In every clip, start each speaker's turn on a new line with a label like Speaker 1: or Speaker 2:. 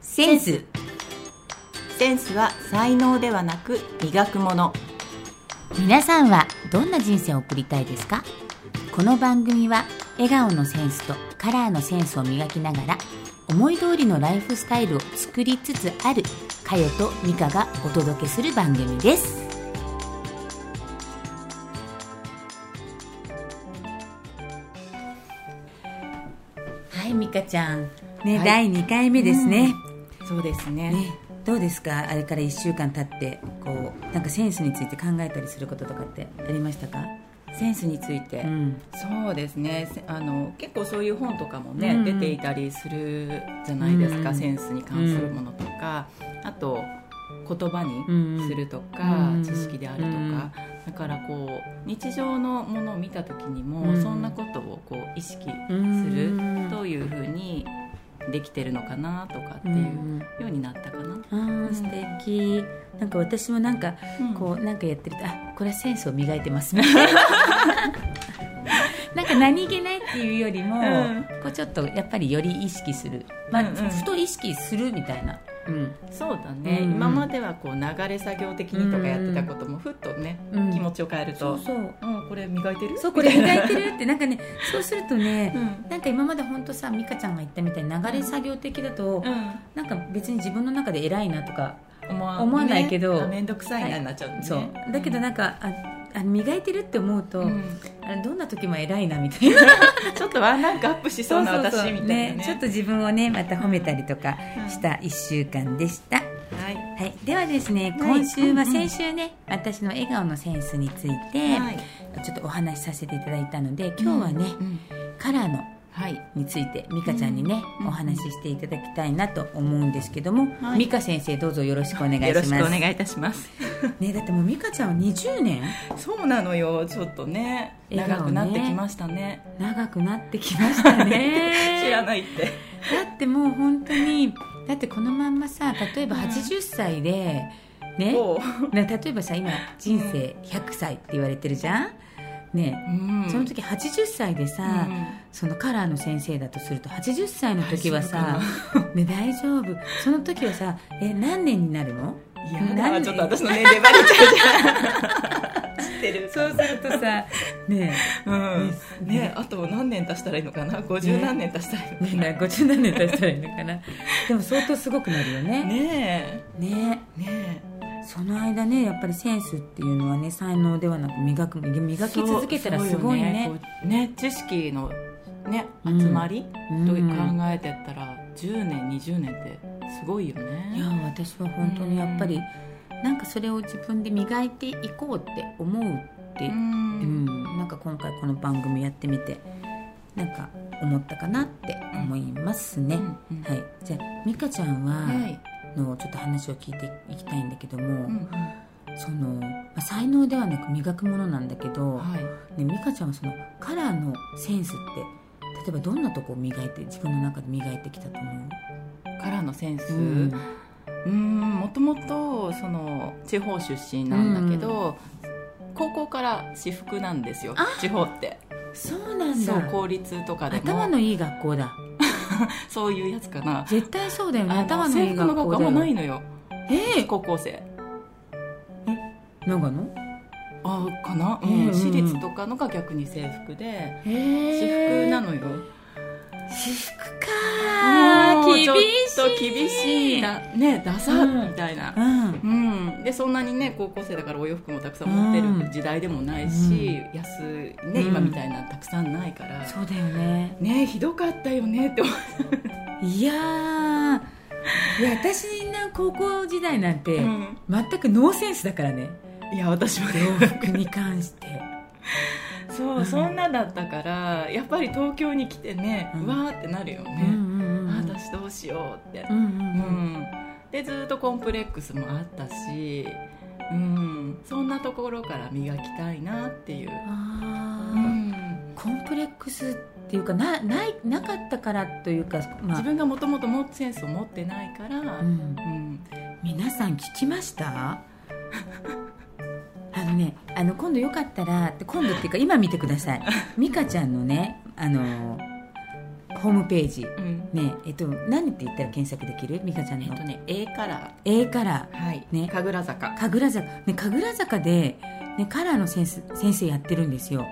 Speaker 1: センスセンスは才能ではなく磨くもの
Speaker 2: 皆さんはどんな人生を送りたいですかこの番組は笑顔のセンスとカラーのセンスを磨きながら思い通りのライフスタイルを作りつつあるかよと美香がお届けする番組ですはい美香ちゃんね、
Speaker 1: はい
Speaker 2: 第2回目ですね、
Speaker 1: そうですね
Speaker 2: ねどうですかあれから1週間経ってこうなんかセンスについて考えたりすることとかってありましたか、
Speaker 1: センスについて、
Speaker 2: ん、
Speaker 1: そうですねせあの結構そういう本とかもね、
Speaker 2: うん
Speaker 1: 出ていたりするじゃないですか、
Speaker 2: うん
Speaker 1: センスに関するものとか、あと言葉
Speaker 2: うん
Speaker 1: にするとか、
Speaker 2: うん
Speaker 1: 知識であると
Speaker 2: う
Speaker 1: か、
Speaker 2: ん
Speaker 1: だからこう日常のものを見た時にも、
Speaker 2: うん
Speaker 1: そんなことをこう意識す
Speaker 2: う
Speaker 1: る、
Speaker 2: ん
Speaker 1: どういうふうにできてるのかなとかっていうようになったかな。
Speaker 2: あー素敵なんか私もなんか
Speaker 1: うん
Speaker 2: こうなんかやってるとあこれはセンスを磨いてますみたいななんか何気ないっていうよりも、
Speaker 1: うん
Speaker 2: こうちょっとやっぱりより意識する、まあ
Speaker 1: うんうん
Speaker 2: ふと意識するみたいな、うん
Speaker 1: そうだね、
Speaker 2: うん
Speaker 1: 今まではこう流れ作業的にとかやってたこともふっとね、
Speaker 2: うん
Speaker 1: 気持ちを変えると
Speaker 2: そうそう
Speaker 1: うん、これ磨いてる
Speaker 2: そうこれ
Speaker 1: みた
Speaker 2: 磨
Speaker 1: いない
Speaker 2: てるってなんかねそうするとね、
Speaker 1: うん
Speaker 2: なんか今まで本当さ美香ちゃんが言ったみたいに流れ作業的だと、
Speaker 1: うん
Speaker 2: なんか別に自分の中で偉いなとか、
Speaker 1: 思わ
Speaker 2: 思わないけど
Speaker 1: ねあ面倒くさい
Speaker 2: は
Speaker 1: ないになっちゃうね
Speaker 2: そうだけどなんか、ああ磨いてるって思うと、
Speaker 1: うん
Speaker 2: あどんな時も偉いなみたいな
Speaker 1: ちょっとワンランクアップし そ うな私みたいなね
Speaker 2: ねちょっと自分をねまた褒めたりとかした1週間でした、
Speaker 1: はい
Speaker 2: はい、ではですね
Speaker 1: はい
Speaker 2: 今週は
Speaker 1: うんうん
Speaker 2: 先週ね、私の笑顔のセンスについて、
Speaker 1: はい
Speaker 2: ちょっとお話しさせていただいたので今日はね、
Speaker 1: うん
Speaker 2: カラーの
Speaker 1: はい
Speaker 2: について美香ちゃんにね、
Speaker 1: うん
Speaker 2: お話ししていただきたいなと思うんですけども、
Speaker 1: はい
Speaker 2: 美香先生どうぞよろしくお願いします
Speaker 1: よろしくお願いいたします
Speaker 2: ねだってもう美香ちゃんは20年
Speaker 1: そうなのよちょっとね
Speaker 2: 笑
Speaker 1: 長
Speaker 2: 顔
Speaker 1: く
Speaker 2: ね
Speaker 1: なってきましたね
Speaker 2: 長くなってきました ね
Speaker 1: 知らないって
Speaker 2: だってもう本当にだってこのまんまさ例えば
Speaker 1: うん
Speaker 2: 80歳で、ね
Speaker 1: おう
Speaker 2: な例えばさ今人生100歳って言われてるじゃんね
Speaker 1: うん
Speaker 2: その時80歳でさ、
Speaker 1: うん
Speaker 2: そのカラーの先生だとすると80歳の時はさ
Speaker 1: 大
Speaker 2: ね、大丈夫その時はさえ何年になるの
Speaker 1: いや
Speaker 2: なん
Speaker 1: だ
Speaker 2: で
Speaker 1: ちょっと私の年齢バレちゃ うじゃん知ってる
Speaker 2: そうするとさ ね
Speaker 1: うんねあと何年足したらいいのかな50何年足したらいいの
Speaker 2: えね
Speaker 1: かな
Speaker 2: え50何年経したらいいのかなでも相当すごくなるよね
Speaker 1: ね
Speaker 2: ね
Speaker 1: えね
Speaker 2: えその間ねやっぱりセンスっていうのはね才能ではなく磨く
Speaker 1: え
Speaker 2: 磨き続けたらすごいね
Speaker 1: そうそうよこうね知識のね
Speaker 2: うん
Speaker 1: 集まり
Speaker 2: うん
Speaker 1: と考えてったら10年20年ってすごいよ
Speaker 2: いや
Speaker 1: ね
Speaker 2: 私は本当にやっぱりなんかそれを自分で磨いていこうって思うって、
Speaker 1: う
Speaker 2: うん
Speaker 1: ん
Speaker 2: なんか今回この番組やってみてなんか思ったかなって思いますね、
Speaker 1: うんうん
Speaker 2: はい、じゃあ美香ちゃんは、
Speaker 1: はい
Speaker 2: のちょっと話を聞いていきたいんだけども、
Speaker 1: うん
Speaker 2: その、まあ、才能ではなく磨くものなんだけど、
Speaker 1: は
Speaker 2: ね、
Speaker 1: い
Speaker 2: 美香ちゃんはそのカラーのセンスって例えばどんなとこを磨いて自分の中で磨いてきたと思
Speaker 1: からのセンス
Speaker 2: う、
Speaker 1: うんもともとその地方出身なんだけど高校から私服なんですよ地方って
Speaker 2: そうなん
Speaker 1: そう
Speaker 2: だ
Speaker 1: 公立とかでも
Speaker 2: 頭のいい学校だ
Speaker 1: そういうやつかな
Speaker 2: 絶対そうだよね
Speaker 1: あの
Speaker 2: 頭のい
Speaker 1: 制
Speaker 2: い
Speaker 1: 服の
Speaker 2: 学
Speaker 1: 学
Speaker 2: 校だ
Speaker 1: 校も
Speaker 2: よ
Speaker 1: うないのよ
Speaker 2: ええ
Speaker 1: 高校生
Speaker 2: 長野
Speaker 1: あかな、う
Speaker 2: うんうん
Speaker 1: ん
Speaker 2: うん
Speaker 1: 私立とかのが逆に制服で
Speaker 2: へ
Speaker 1: 私服なのよ、
Speaker 2: 私服か
Speaker 1: もう
Speaker 2: 厳しい
Speaker 1: ちょっと厳しいだねダサ
Speaker 2: うん
Speaker 1: みたいな
Speaker 2: うん
Speaker 1: うん、でそんなにね高校生だからお洋服もたくさん持って
Speaker 2: うん
Speaker 1: る時代でもないし、安いね、
Speaker 2: うん
Speaker 1: 今みたいなのたくさんないから
Speaker 2: そうだよね
Speaker 1: ねひどかったよねって思っ
Speaker 2: いやーいや私な高校時代なんて、
Speaker 1: て、うん
Speaker 2: 全くノーセンスだからね
Speaker 1: いや私もね
Speaker 2: 洋服に関 して
Speaker 1: そう、
Speaker 2: うん
Speaker 1: そんなだったからやっぱり東京に来てね、
Speaker 2: う
Speaker 1: うんわーってなるよ
Speaker 2: う
Speaker 1: ね、
Speaker 2: んうんうん
Speaker 1: あ私どうしようって
Speaker 2: う、んうん
Speaker 1: う
Speaker 2: うん
Speaker 1: ん、でずっとコンプレックスもあったし、うん、そんなところから磨きたいなっていう、
Speaker 2: あ
Speaker 1: う
Speaker 2: ー
Speaker 1: ん、
Speaker 2: コンプレックスっていうかなないなかったからというか、まあ
Speaker 1: 自分がもともともセンスを持ってないから、う
Speaker 2: うんん、皆さん聞きました あのねあの今度よかったら今度っていうか今見てください美香ちゃんのねあのホームページ
Speaker 1: うん
Speaker 2: ねえっと何って言ったら検索できる美香ちゃん
Speaker 1: えっ
Speaker 2: の
Speaker 1: とね A カラ
Speaker 2: A カラ
Speaker 1: ーはい
Speaker 2: ね
Speaker 1: 神楽坂
Speaker 2: ー神楽坂ね神楽坂でねカラーの先生先生やってるんですよ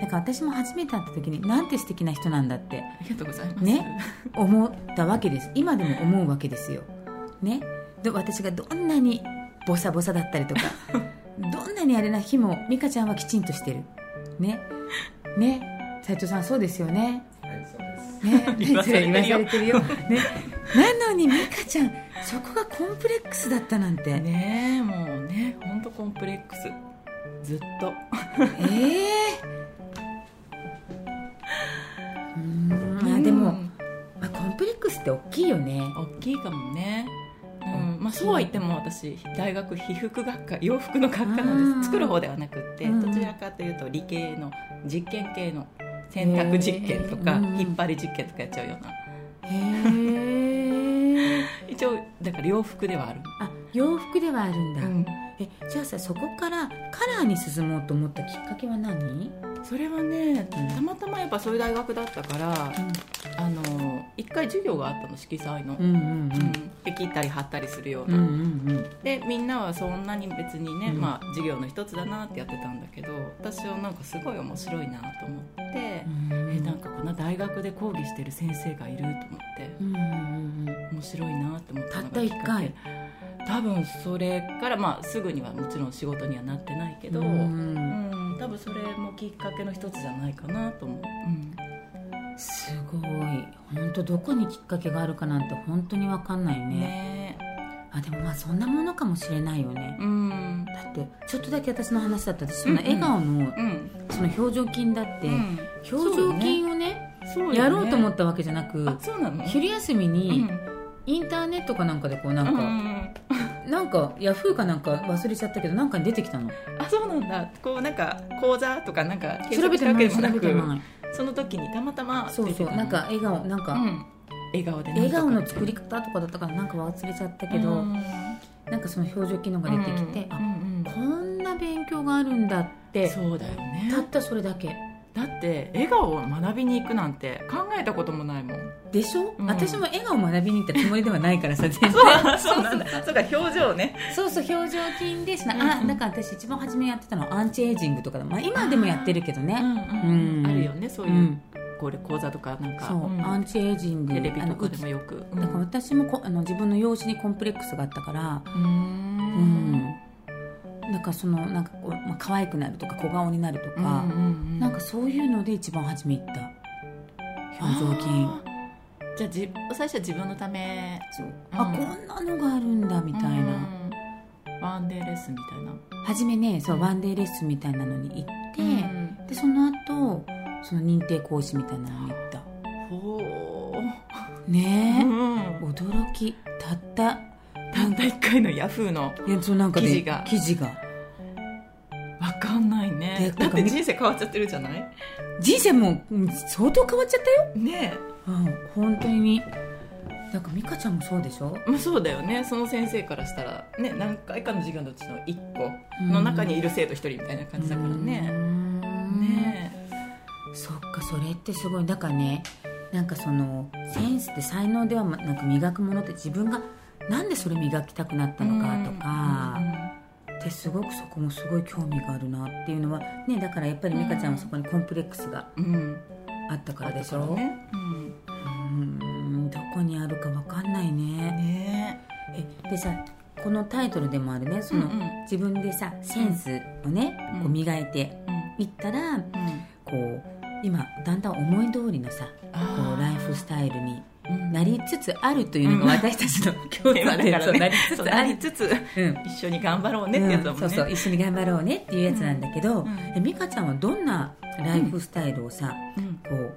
Speaker 2: だから私も初めて会った時になんて素敵な人なんだって
Speaker 1: ありがとうございます
Speaker 2: ね思ったわけです今でも思うわけですよ、ね、で私がどんなにボサボサだったりと かどんなにあれな日も美香ちゃんはきちんとしてるねね斉藤さんそうですよね
Speaker 3: はい、そうです。
Speaker 2: ね
Speaker 1: 言わされてるよ
Speaker 2: 言わされてるよ、ね、なのに美香ちゃんそこがコンプレックスだったなんて、
Speaker 1: ねえもうね本当コンプレックスずっと
Speaker 2: ええうーんまあでも、まあ、コンプレックスって大きいよね
Speaker 1: 大きいかもねうんまあ、そうは言っても私大学被服学科洋服の学科なん
Speaker 2: あ
Speaker 1: で
Speaker 2: ー
Speaker 1: す作る方ではなくって
Speaker 2: うん
Speaker 1: どちらかというと理系の実験系の選択実験とか
Speaker 2: へー
Speaker 1: 引っ張り実験とかやっちゃうような
Speaker 2: へえ
Speaker 1: 一応だから洋服ではある
Speaker 2: あ洋服ではあるんだ、
Speaker 1: うん
Speaker 2: えじゃあさそこからカラーに進もうと思ったきっかけは何、
Speaker 1: それはねたまたまやっぱそういう大学だったからあの一回授業があったの色彩
Speaker 2: う
Speaker 1: の、
Speaker 2: ん、うん
Speaker 1: うんで切ったり貼ったりするよう
Speaker 2: うんうんう
Speaker 1: な、
Speaker 2: んうん
Speaker 1: でみんなはそんなに別にね、
Speaker 2: うん
Speaker 1: まあ、授業の一つだなってやってたんだけど私はなんかすごい面白いなと思って、
Speaker 2: うん
Speaker 1: えなんかこんな大学で講義してる先生がいると思って
Speaker 2: うんうんうん
Speaker 1: 面白いなって思ったのがきっかけ
Speaker 2: たった一
Speaker 1: 多分それから、まあ、すぐにはもちろん仕事にはなってないけど、
Speaker 2: うん
Speaker 1: うん多分それもきっかけの一つじゃないかなと思う、うん
Speaker 2: すごい本当どこにきっかけがあるかなんて本当に分かんないね
Speaker 1: ね
Speaker 2: あでもまあそんなものかもしれないよね
Speaker 1: えうん
Speaker 2: だってちょっとだけ私の話だった私その
Speaker 1: うんうん
Speaker 2: 笑顔の
Speaker 1: うん
Speaker 2: その表情筋だって、
Speaker 1: うん
Speaker 2: 表情筋をね
Speaker 1: そうよね
Speaker 2: やろうと思ったわけじゃなく、
Speaker 1: あそうなの
Speaker 2: 昼休み
Speaker 1: う
Speaker 2: に
Speaker 1: ん
Speaker 2: インターネットかなんかでこうな
Speaker 1: うんんう
Speaker 2: か、
Speaker 1: ん
Speaker 2: なんかヤフーかなんか忘れちゃったけどなんかに出てきたの
Speaker 1: あそうなんだこうなんか講座とかなんか検
Speaker 2: 調べ
Speaker 1: 索してたわ
Speaker 2: な
Speaker 1: け
Speaker 2: い
Speaker 1: で
Speaker 2: 調
Speaker 1: もな
Speaker 2: べて
Speaker 1: く
Speaker 2: ない
Speaker 1: その時にたまたま
Speaker 2: そうそうなんか、笑顔なん
Speaker 1: う
Speaker 2: か、
Speaker 1: ん、笑顔で
Speaker 2: 笑顔の作
Speaker 1: り
Speaker 2: り方とかだったからなんか忘れちゃったけど、なんかその表情機能が出てきて、あこんな勉強があるんだって
Speaker 1: そうだよね
Speaker 2: たったそれだけ
Speaker 1: だって笑顔を学びに行くなんて考えたこともないもん
Speaker 2: でしょ、
Speaker 1: うん
Speaker 2: 私も笑顔を学びに行ったつもりではないからさ全然
Speaker 1: そうなんだそうか表情ね
Speaker 2: そうそう表情筋でしな、
Speaker 1: うん
Speaker 2: あだから私一番初めにやってたのはアンチエイジングとかだ、まあ、今でもやってるけどねうん
Speaker 1: あるよねそううい
Speaker 2: ん、
Speaker 1: う、これ講座とかなんか
Speaker 2: そう、
Speaker 1: ん
Speaker 2: アンチエイジング
Speaker 1: テレビ
Speaker 2: あ
Speaker 1: と
Speaker 2: の
Speaker 1: かでもよく
Speaker 2: だから私もこあの自分の容姿にコンプレックスがあったから、
Speaker 1: うんうん
Speaker 2: うん、なんかそのなんかこう、まあ可愛くなるとか小顔になると
Speaker 1: うん
Speaker 2: か、
Speaker 1: うん
Speaker 2: なんかそういうので一番初め行った表情筋
Speaker 1: あーじゃあじ最初は自分のため
Speaker 2: そう
Speaker 1: うん
Speaker 2: あこんなのがあるんだみたいな、
Speaker 1: うんワンデーレッスンみたいな
Speaker 2: 初めねそうワンデーレッスンみたいなのに行って、
Speaker 1: うん
Speaker 2: でその後その認定講師みたいなのに行った
Speaker 1: ほう
Speaker 2: ねえ、
Speaker 1: ん
Speaker 2: 驚きたった
Speaker 1: たった1回のヤフーの
Speaker 2: いやそうなんかね
Speaker 1: 記事が
Speaker 2: 記事が
Speaker 1: わかんない
Speaker 2: で
Speaker 1: ね
Speaker 2: な
Speaker 1: だ
Speaker 2: ん
Speaker 1: っ
Speaker 2: か
Speaker 1: て人生変わっちゃってるじゃない
Speaker 2: 人生もうん相当変わっちゃったよ、
Speaker 1: ね
Speaker 2: うん、本当になんか美香ちゃんもそうでしょ
Speaker 1: えまあそうだよねその先生からしたらね何回かの授業のうちの1個の中にいる生徒1人みたいな感じだから
Speaker 2: う
Speaker 1: ね
Speaker 2: ん
Speaker 1: ねえ
Speaker 2: そっかそれってすごいだからねなんかそのセンスって才能ではまなんか磨くものって自分がなんでそれ磨きたくなったのかとか、ってすごくそこもすごい興味があるなっていうのはねだからやっぱり美香ちゃんはそこにコンプレックスが
Speaker 1: うんうんうん
Speaker 2: あったからでし
Speaker 1: あ
Speaker 2: ょ、
Speaker 1: とからねうん
Speaker 2: うんどこにあるかわかんないね
Speaker 1: ねえ
Speaker 2: えでさこのタイトルでもあるねその、
Speaker 1: うんうん
Speaker 2: 自分でさセンスをね
Speaker 1: うん
Speaker 2: こう磨いて
Speaker 1: うん
Speaker 2: いったら、
Speaker 1: うん
Speaker 2: こう今だんだん思い通りのさ
Speaker 1: あー
Speaker 2: こうライフスタイルに
Speaker 1: うん
Speaker 2: なりつつあるというのが私たちの共
Speaker 1: テーマ
Speaker 2: 通 点
Speaker 1: だか
Speaker 2: と
Speaker 1: ら
Speaker 2: な
Speaker 1: ね
Speaker 2: りつ
Speaker 1: そ
Speaker 2: つ
Speaker 1: う
Speaker 2: あ
Speaker 1: な
Speaker 2: る
Speaker 1: りつつ
Speaker 2: うん
Speaker 1: 一緒に頑張ろうねってやつだもんね、
Speaker 2: うんそうそう一緒に頑張ろうねっていうやつなんだけど、
Speaker 1: ん
Speaker 2: え美香ちゃんはどんなライフスタイルをさ、
Speaker 1: うん
Speaker 2: こう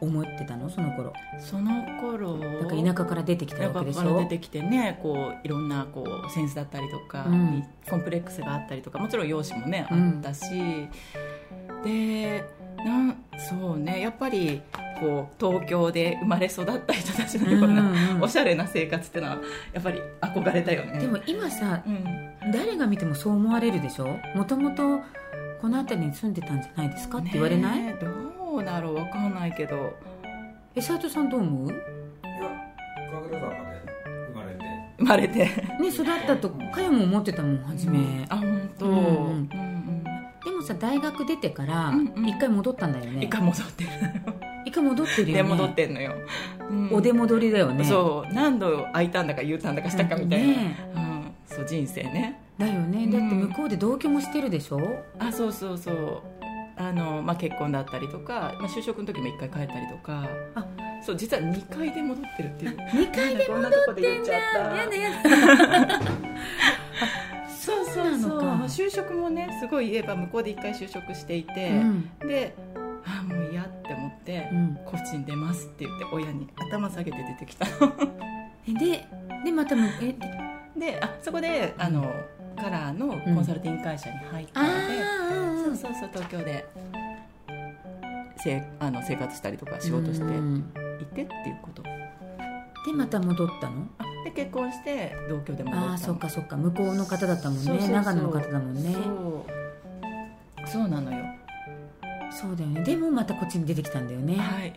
Speaker 2: 思ってたのその頃
Speaker 1: その頃
Speaker 2: だから田舎から出てきたわけでし
Speaker 1: 田舎から
Speaker 2: ょ
Speaker 1: 出てきてねこういろんなこうセンスだったりとか、
Speaker 2: うん
Speaker 1: コンプレックスがあったりとかもちろん容姿もねあ
Speaker 2: うん
Speaker 1: ったし、でなんそうねやっぱりこう東京で生まれ育った人たちのような、
Speaker 2: うんうんうん
Speaker 1: おしゃれな生活ってのはやっぱり憧れたよね
Speaker 2: でも今さ
Speaker 1: うん
Speaker 2: 誰が見てもそう思われるでしょもともとこの辺りに住んでたんじゃないですかって言われない、
Speaker 1: ねえどうだろうわかんないけど
Speaker 2: え斉藤さんどう思う
Speaker 3: や神楽坂で生まれて
Speaker 1: 生まれて
Speaker 2: ね育ったとかよも思ってたもん初め、
Speaker 1: あ本当、
Speaker 2: う
Speaker 1: うんん
Speaker 2: う
Speaker 1: うんん
Speaker 2: でもさ大学出てから
Speaker 1: うんうん
Speaker 2: 一回戻ったんだよ
Speaker 1: うん
Speaker 2: ね
Speaker 1: 一回戻ってる
Speaker 2: 一回戻ってるよね
Speaker 1: で戻ってんのよ、うん
Speaker 2: お出戻りだよね
Speaker 1: そう何度空いたんだか U ターンだかしたかみたいな、
Speaker 2: ね
Speaker 1: うん、そう人生ね
Speaker 2: だよねだって向こうで同居もしてるでしょ
Speaker 1: あそうそうそうあの、まあ、結婚だったりとか、まあ、就職の時も1回帰ったりとか
Speaker 2: あ
Speaker 1: そう実は2回で戻ってるっていう
Speaker 2: 2回で
Speaker 1: こんなとこで言っちゃった
Speaker 2: やだやだ
Speaker 1: そうそう
Speaker 2: なの
Speaker 1: そう
Speaker 2: か
Speaker 1: まあ就職もねすごい言えば向こうで1回就職していて、
Speaker 2: うん
Speaker 1: であもう嫌って思って、
Speaker 2: うん
Speaker 1: こっちに出ますって言って親に頭下げて出てきた
Speaker 2: えででまたむえ
Speaker 1: であそこであのカラーのコンサルティング会社に入った
Speaker 2: あ
Speaker 1: ので、
Speaker 2: あ
Speaker 1: そうそうそう東京でせあの生活したりとか仕事していてっていうこと、
Speaker 2: でまた戻ったの
Speaker 1: あで結婚して同居で戻ったの
Speaker 2: ああそっかそっか向こうの方だったもん
Speaker 1: そうそう
Speaker 2: ね
Speaker 1: そう
Speaker 2: 長野の方だもんね
Speaker 1: そうそうなのよ
Speaker 2: そうだよねでもまたこっちに出てきたんだよね
Speaker 1: はい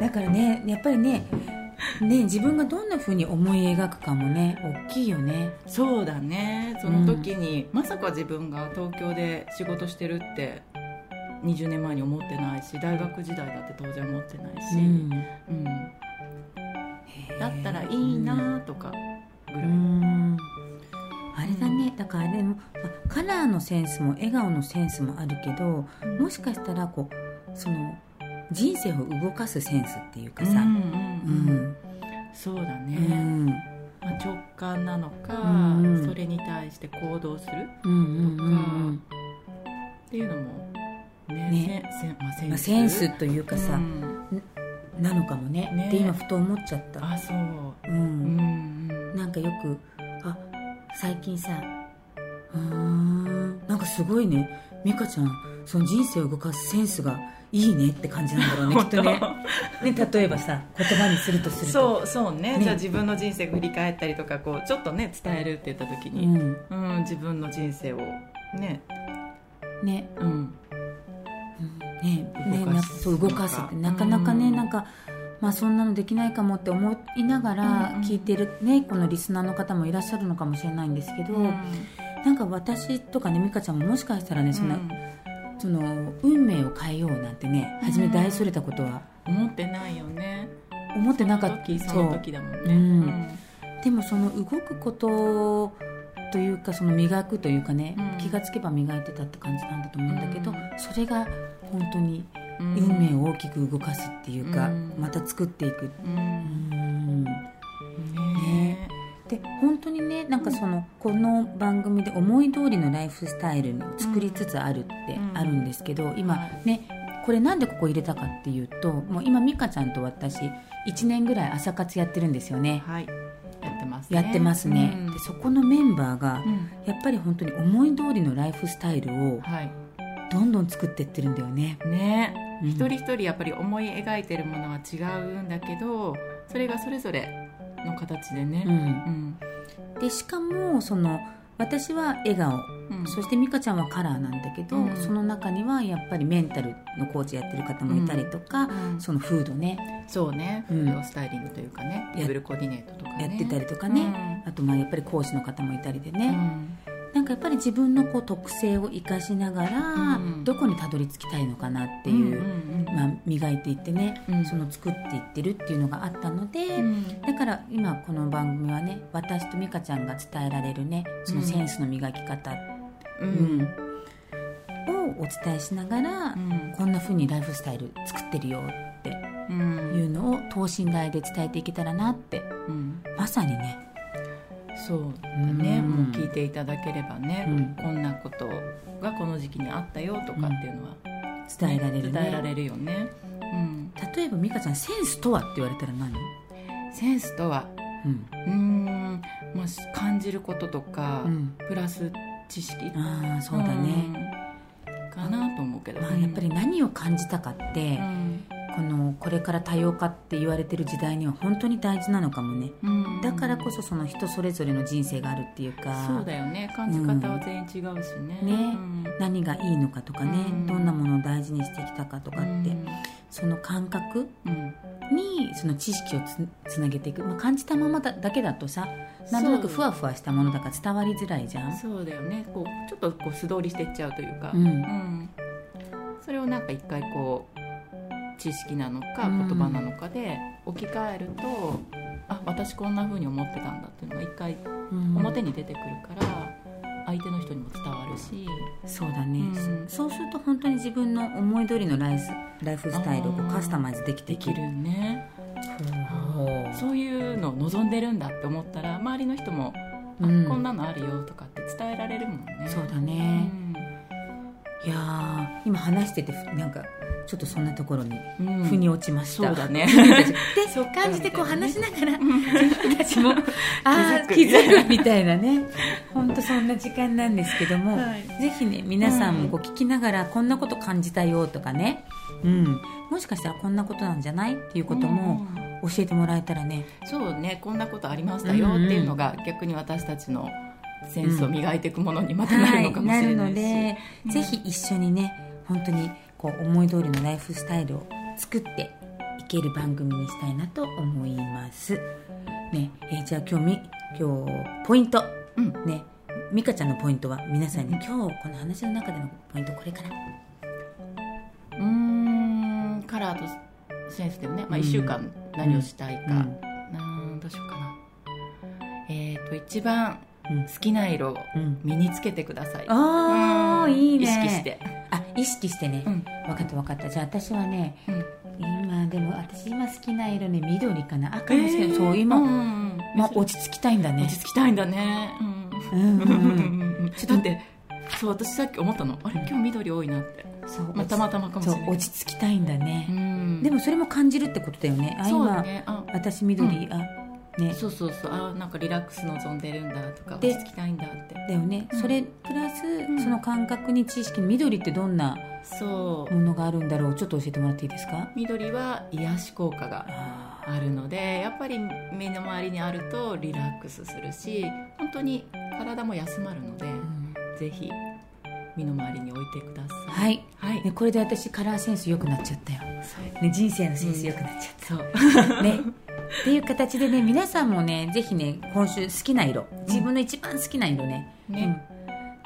Speaker 2: だからねやっぱりねね自分がどんなふうに思い描くかもね大きいよね
Speaker 1: そうだねその時に、まさか自分が東京で仕事してるって20年前に思ってないし大学時代だって当然思ってないし、
Speaker 2: うん
Speaker 1: うんだったらいいなとかぐら
Speaker 2: う
Speaker 1: い、
Speaker 2: んあれだねだからでもあカラーのセンスも笑顔のセンスもあるけどもしかしたらこうその人生を動かすセンスっていうかさ、
Speaker 1: うん
Speaker 2: うん
Speaker 1: うんうんそうだ
Speaker 2: う
Speaker 1: ね、
Speaker 2: ん
Speaker 1: まあ、直感なのか、
Speaker 2: うん
Speaker 1: それに対して行動する
Speaker 2: うんうんうん
Speaker 1: っていうのもね
Speaker 2: ね
Speaker 1: せんせんまあ、セ
Speaker 2: う
Speaker 1: ン
Speaker 2: んまあ、
Speaker 1: ス
Speaker 2: センスというかさ、
Speaker 1: うん
Speaker 2: なのかもね
Speaker 1: ね
Speaker 2: って今ふと思っちゃった、
Speaker 1: あそう
Speaker 2: う、
Speaker 1: うんん
Speaker 2: なんかよくあ最近さうーんなんかすごいね美香ちゃんその人生を動かすセンスがいいねって感じなんだ ろうねきっとねね例えばさ言葉にするとすると
Speaker 1: そうそうね
Speaker 2: ね
Speaker 1: じゃあ自分の人生振り返ったりとかこうちょっとね伝えるって言った時に、
Speaker 2: ん、
Speaker 1: うん自分の人生をね、
Speaker 2: ね
Speaker 1: うん、
Speaker 2: ねね
Speaker 1: 動
Speaker 2: な
Speaker 1: かす
Speaker 2: そう動かすってなかなかね、
Speaker 1: うん
Speaker 2: なんか、まあ、そんなのできないかもって思いなが
Speaker 1: うん
Speaker 2: ら
Speaker 1: うん
Speaker 2: 聞いてる、ねこのリスナーの方もいらっしゃるのかもしれないんですけど、なんか私とかね美香ちゃんももしかしたらねそんな、
Speaker 1: うん
Speaker 2: その運命を変えようなんてね初め大それたことは
Speaker 1: 思ってないよね
Speaker 2: 思ってなかった、
Speaker 1: その時その
Speaker 2: そう
Speaker 1: 時だもんね、
Speaker 2: うんでもその動くことというかその磨くというかね、
Speaker 1: うん
Speaker 2: 気がつけば磨いてたって感じなんだと思うんだけど、
Speaker 1: うん
Speaker 2: それが本当に
Speaker 1: うん
Speaker 2: 運命を大きく動かすっていうか、
Speaker 1: うん
Speaker 2: また作っていく
Speaker 1: う
Speaker 2: うんん
Speaker 1: ね
Speaker 2: で本当にねなんかその、この番組で思い通りのライフスタイルを作りつつあるって
Speaker 1: うん
Speaker 2: あるんですけど、今
Speaker 1: は
Speaker 2: ねこれなんでここ入れたかっていうともう今美香ちゃんと私1年ぐらい朝活やってるんですよね、
Speaker 1: はいやってます
Speaker 2: やってますね、
Speaker 1: うん
Speaker 2: でそこのメンバーが
Speaker 1: うん
Speaker 2: やっぱり本当に思い通りのライフスタイルを
Speaker 1: はい
Speaker 2: どんどん作ってってるんだよね、
Speaker 1: ね
Speaker 2: うん
Speaker 1: 一人一人やっぱり思い描いてるものは違うんだけどそれがそれぞれの形で
Speaker 2: う
Speaker 1: ね、
Speaker 2: ん
Speaker 1: うん
Speaker 2: でしかもその私は笑顔
Speaker 1: うん
Speaker 2: そして美香ちゃんはカラーなんだけど、
Speaker 1: うん
Speaker 2: その中にはやっぱりメンタルのコーチやってる方もいたりとか、
Speaker 1: うん
Speaker 2: そのフードね
Speaker 1: そうね
Speaker 2: う
Speaker 1: フ
Speaker 2: ん
Speaker 1: ードスタイリングというかね
Speaker 2: や
Speaker 1: テーブルコーディネートとかね
Speaker 2: やってたりとか
Speaker 1: う
Speaker 2: ね、
Speaker 1: ん
Speaker 2: あとまあやっぱり講師の方もいたりで
Speaker 1: う
Speaker 2: ね、
Speaker 1: ん
Speaker 2: なんかやっぱり自分のこう特性を生かしながら、
Speaker 1: うん
Speaker 2: どこにたどり着きたいのかなっていう、
Speaker 1: うんうん
Speaker 2: まあ、磨いていってね、
Speaker 1: うん
Speaker 2: その作っていってるっていうのがあったので、
Speaker 1: うん
Speaker 2: だから今この番組はね私と美香ちゃんが伝えられるねそのセンスの磨き方、
Speaker 1: う
Speaker 2: うん
Speaker 1: ん
Speaker 2: をお伝えしながら、
Speaker 1: うん
Speaker 2: こんな風にライフスタイル作ってるよって
Speaker 1: うん
Speaker 2: いうのを等身大で伝えていけたらなって
Speaker 1: うん
Speaker 2: まさにね
Speaker 1: そうだね、
Speaker 2: うん
Speaker 1: もう聞いていただければね、
Speaker 2: うん
Speaker 1: こんなことがこの時期にあったよとかっていうのは、
Speaker 2: 伝えられるね
Speaker 1: 伝えられるよね、うん、
Speaker 2: 例えば美香ちゃんセンスとはって言われたら何、
Speaker 1: センスとは
Speaker 2: うん
Speaker 1: うーん、まあ、し感じることとか、
Speaker 2: うん、
Speaker 1: プラス知識
Speaker 2: ああそうだね、
Speaker 1: うんかなと思うけど、
Speaker 2: まあ、やっぱり何を感じたかって、
Speaker 1: うん
Speaker 2: このこれから多様化って言われてる時代には本当に大事なのかもね
Speaker 1: うん
Speaker 2: だからこそその人それぞれの人生があるっていうか
Speaker 1: そうだよね感じ方は全員違うしね、
Speaker 2: ね何がいいのかとかね、
Speaker 1: うん
Speaker 2: どんなものを大事にしてきたかと
Speaker 1: と
Speaker 2: かって、その感覚
Speaker 1: うん、
Speaker 2: にその知識をつつなげていく、まあ、感じたままだだけだとさなんとなくふわふわしたものだから伝わりづらいじゃん
Speaker 1: そうだよねこうちょっとこう素通りしてっちゃうというか、
Speaker 2: うん
Speaker 1: うんそれをなんか一回こう知識なのか
Speaker 2: うん
Speaker 1: 言葉なのかで置き換えると、あ私こんな風に思ってたんだっていうのが一回
Speaker 2: うん
Speaker 1: 表に出てくるから相手の人にも伝わるし
Speaker 2: そうだね、
Speaker 1: うん
Speaker 2: そうすると本当に自分の思い通りのライスライフスタイルをこう
Speaker 1: あー
Speaker 2: カスタマイズできて
Speaker 1: で
Speaker 2: いけ
Speaker 1: き
Speaker 2: る
Speaker 1: るよねそういうのを望んでるんだって思ったら周りの人も「
Speaker 2: う
Speaker 1: あ
Speaker 2: ん
Speaker 1: こんなのあるよ」とかって伝えられるもんね。
Speaker 2: そうだ
Speaker 1: う
Speaker 2: ね、
Speaker 1: ん
Speaker 2: いやー今話しててなんかちょっとそんなところに
Speaker 1: うん
Speaker 2: 腑に落ちました、
Speaker 1: そうだね そっ
Speaker 2: で
Speaker 1: か
Speaker 2: 感じてこう話しながら、
Speaker 1: うん
Speaker 2: 私 もああ気
Speaker 1: 気づく
Speaker 2: づくみたいなね本当そんな時間なんですけども、
Speaker 1: はい
Speaker 2: ぜひね皆さんもこう聞きながらこんなこと感じたよとかね、うん、もしかしたらこんなことなんじゃないっていうことも
Speaker 1: うん
Speaker 2: 教えてもらえたらね
Speaker 1: そうねこんなことありましたよっていうのが逆に私たちのセンスを磨いていくものにまたなるのかもしれないし、
Speaker 2: なるの
Speaker 1: うん
Speaker 2: で、ぜひ一緒にね本当にこう思い通りのライフスタイルを作っていける番組にしたいなと思います、ねえーじゃあ今日み今日ポイント、
Speaker 1: うん
Speaker 2: ね美香ちゃんのポイントは皆さんに今日この話の中でのポイントこれかな
Speaker 1: うーんカラーとセンスでもね、まあ、
Speaker 2: うん
Speaker 1: 1週間何をしたいか、
Speaker 2: うん
Speaker 1: なんどうしようかなえっ、と一番
Speaker 2: うん
Speaker 1: 好きな色を
Speaker 2: うん
Speaker 1: 身につけてください、
Speaker 2: あー
Speaker 1: うん
Speaker 2: いいね
Speaker 1: 意識して、
Speaker 2: あ意識してね、
Speaker 1: うん
Speaker 2: 分かった分かったじゃあ私はね
Speaker 1: うん
Speaker 2: 今でも私今好きな色ね緑かな赤も好きな、そう今、
Speaker 1: んんん
Speaker 2: まあ、落ち着きたいんだね
Speaker 1: 落ち着きたいんだね、うん
Speaker 2: うんうんうん
Speaker 1: ちょ だってそう私さっき思ったのあれ今日緑多いなって
Speaker 2: そう
Speaker 1: まあたまたまかもしれない
Speaker 2: そう落ち着きたいんだ
Speaker 1: う
Speaker 2: ね、
Speaker 1: ん
Speaker 2: でもそれも感じるってことだよねあ
Speaker 1: そう
Speaker 2: 今、
Speaker 1: だねあ
Speaker 2: 私緑、あね
Speaker 1: そうそうそうあなんかリラックス望んでるんだとか
Speaker 2: で
Speaker 1: 落ち着きたいんだって
Speaker 2: だよね、
Speaker 1: うん
Speaker 2: それプラス、
Speaker 1: ん
Speaker 2: その感覚に知識に緑ってどんな
Speaker 1: そう
Speaker 2: ものがあるんだろうちょっと教えてもらっていいですか
Speaker 1: 緑は癒し効果が
Speaker 2: あ
Speaker 1: あるのでやっぱり目の周りにあるとリラックスするし本当に体も休まるので
Speaker 2: ー、うん
Speaker 1: ぜひ身の回りに置いてください
Speaker 2: はい、
Speaker 1: はい、
Speaker 2: ね、これで私カラーセンス良くなっちゃったよ、
Speaker 1: そう
Speaker 2: ね、人生のセンス良くなっちゃった、
Speaker 1: そう
Speaker 2: ねっていう形でね皆さんもねぜひね今週好きな色自分の一番好きな色ね、
Speaker 1: ね,、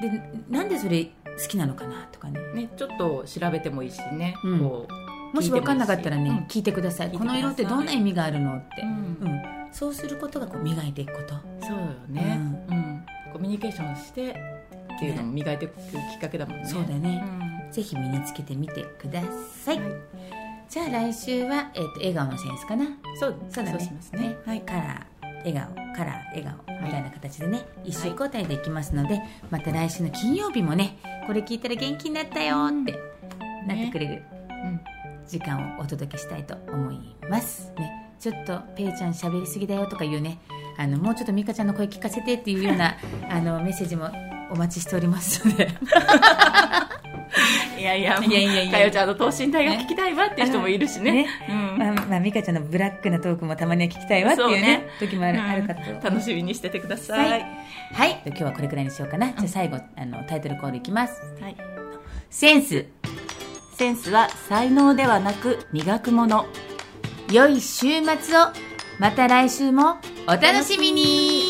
Speaker 2: うん、でなんでそれ好きなのかなとかね
Speaker 1: ねちょっと調べてもいいしね、
Speaker 2: うん
Speaker 1: こう
Speaker 2: もし分かんなかったらね、聞いてください
Speaker 1: 聞いて
Speaker 2: この
Speaker 1: ください
Speaker 2: 色ってどんな意味があるのって、
Speaker 1: う
Speaker 2: うん
Speaker 1: ん
Speaker 2: そうすることがこう磨いていくこと
Speaker 1: そうよね、うんコミュニケーションしてっていうのも磨いていくきっかけだもんね
Speaker 2: そうだ
Speaker 1: ね、
Speaker 2: ね、
Speaker 1: ん
Speaker 2: ぜひ身につけてみてください、
Speaker 1: はい
Speaker 2: じゃあ来週は、えー、と笑顔のセンスかな
Speaker 1: そう
Speaker 2: そうだね
Speaker 1: しますねはい
Speaker 2: カラー笑顔カラー笑顔みたいな形でね、一周交代できますので、また来週の金曜日もねこれ聞いたら元気になったよってなってくれる
Speaker 1: うん
Speaker 2: 時間をお届けしたいと思います、ね、ちょっとペイちゃん喋りすぎだよとかいうねあのもうちょっと美香ちゃんの声聞かせてっていうよう なあのメッセージもお待ちしておりますので
Speaker 1: いやいや、もう
Speaker 2: いやいやいや
Speaker 1: かよちゃんの等身大が聞きたいわっていう人もいるしね。
Speaker 2: ね
Speaker 1: うん
Speaker 2: まあ、まあ、美香ちゃんのブラックなトークもたまには聞きたいわっていうね時もある,、
Speaker 1: うん
Speaker 2: あるかと思います
Speaker 1: 楽しみにしててください。
Speaker 2: はい今日はこれくらいにしようかなじゃあ最後あのタイトルコールいきます
Speaker 1: はい
Speaker 2: センス
Speaker 1: センスは才能ではなく磨くもの。
Speaker 2: 良い週末をまた来週もお楽しみに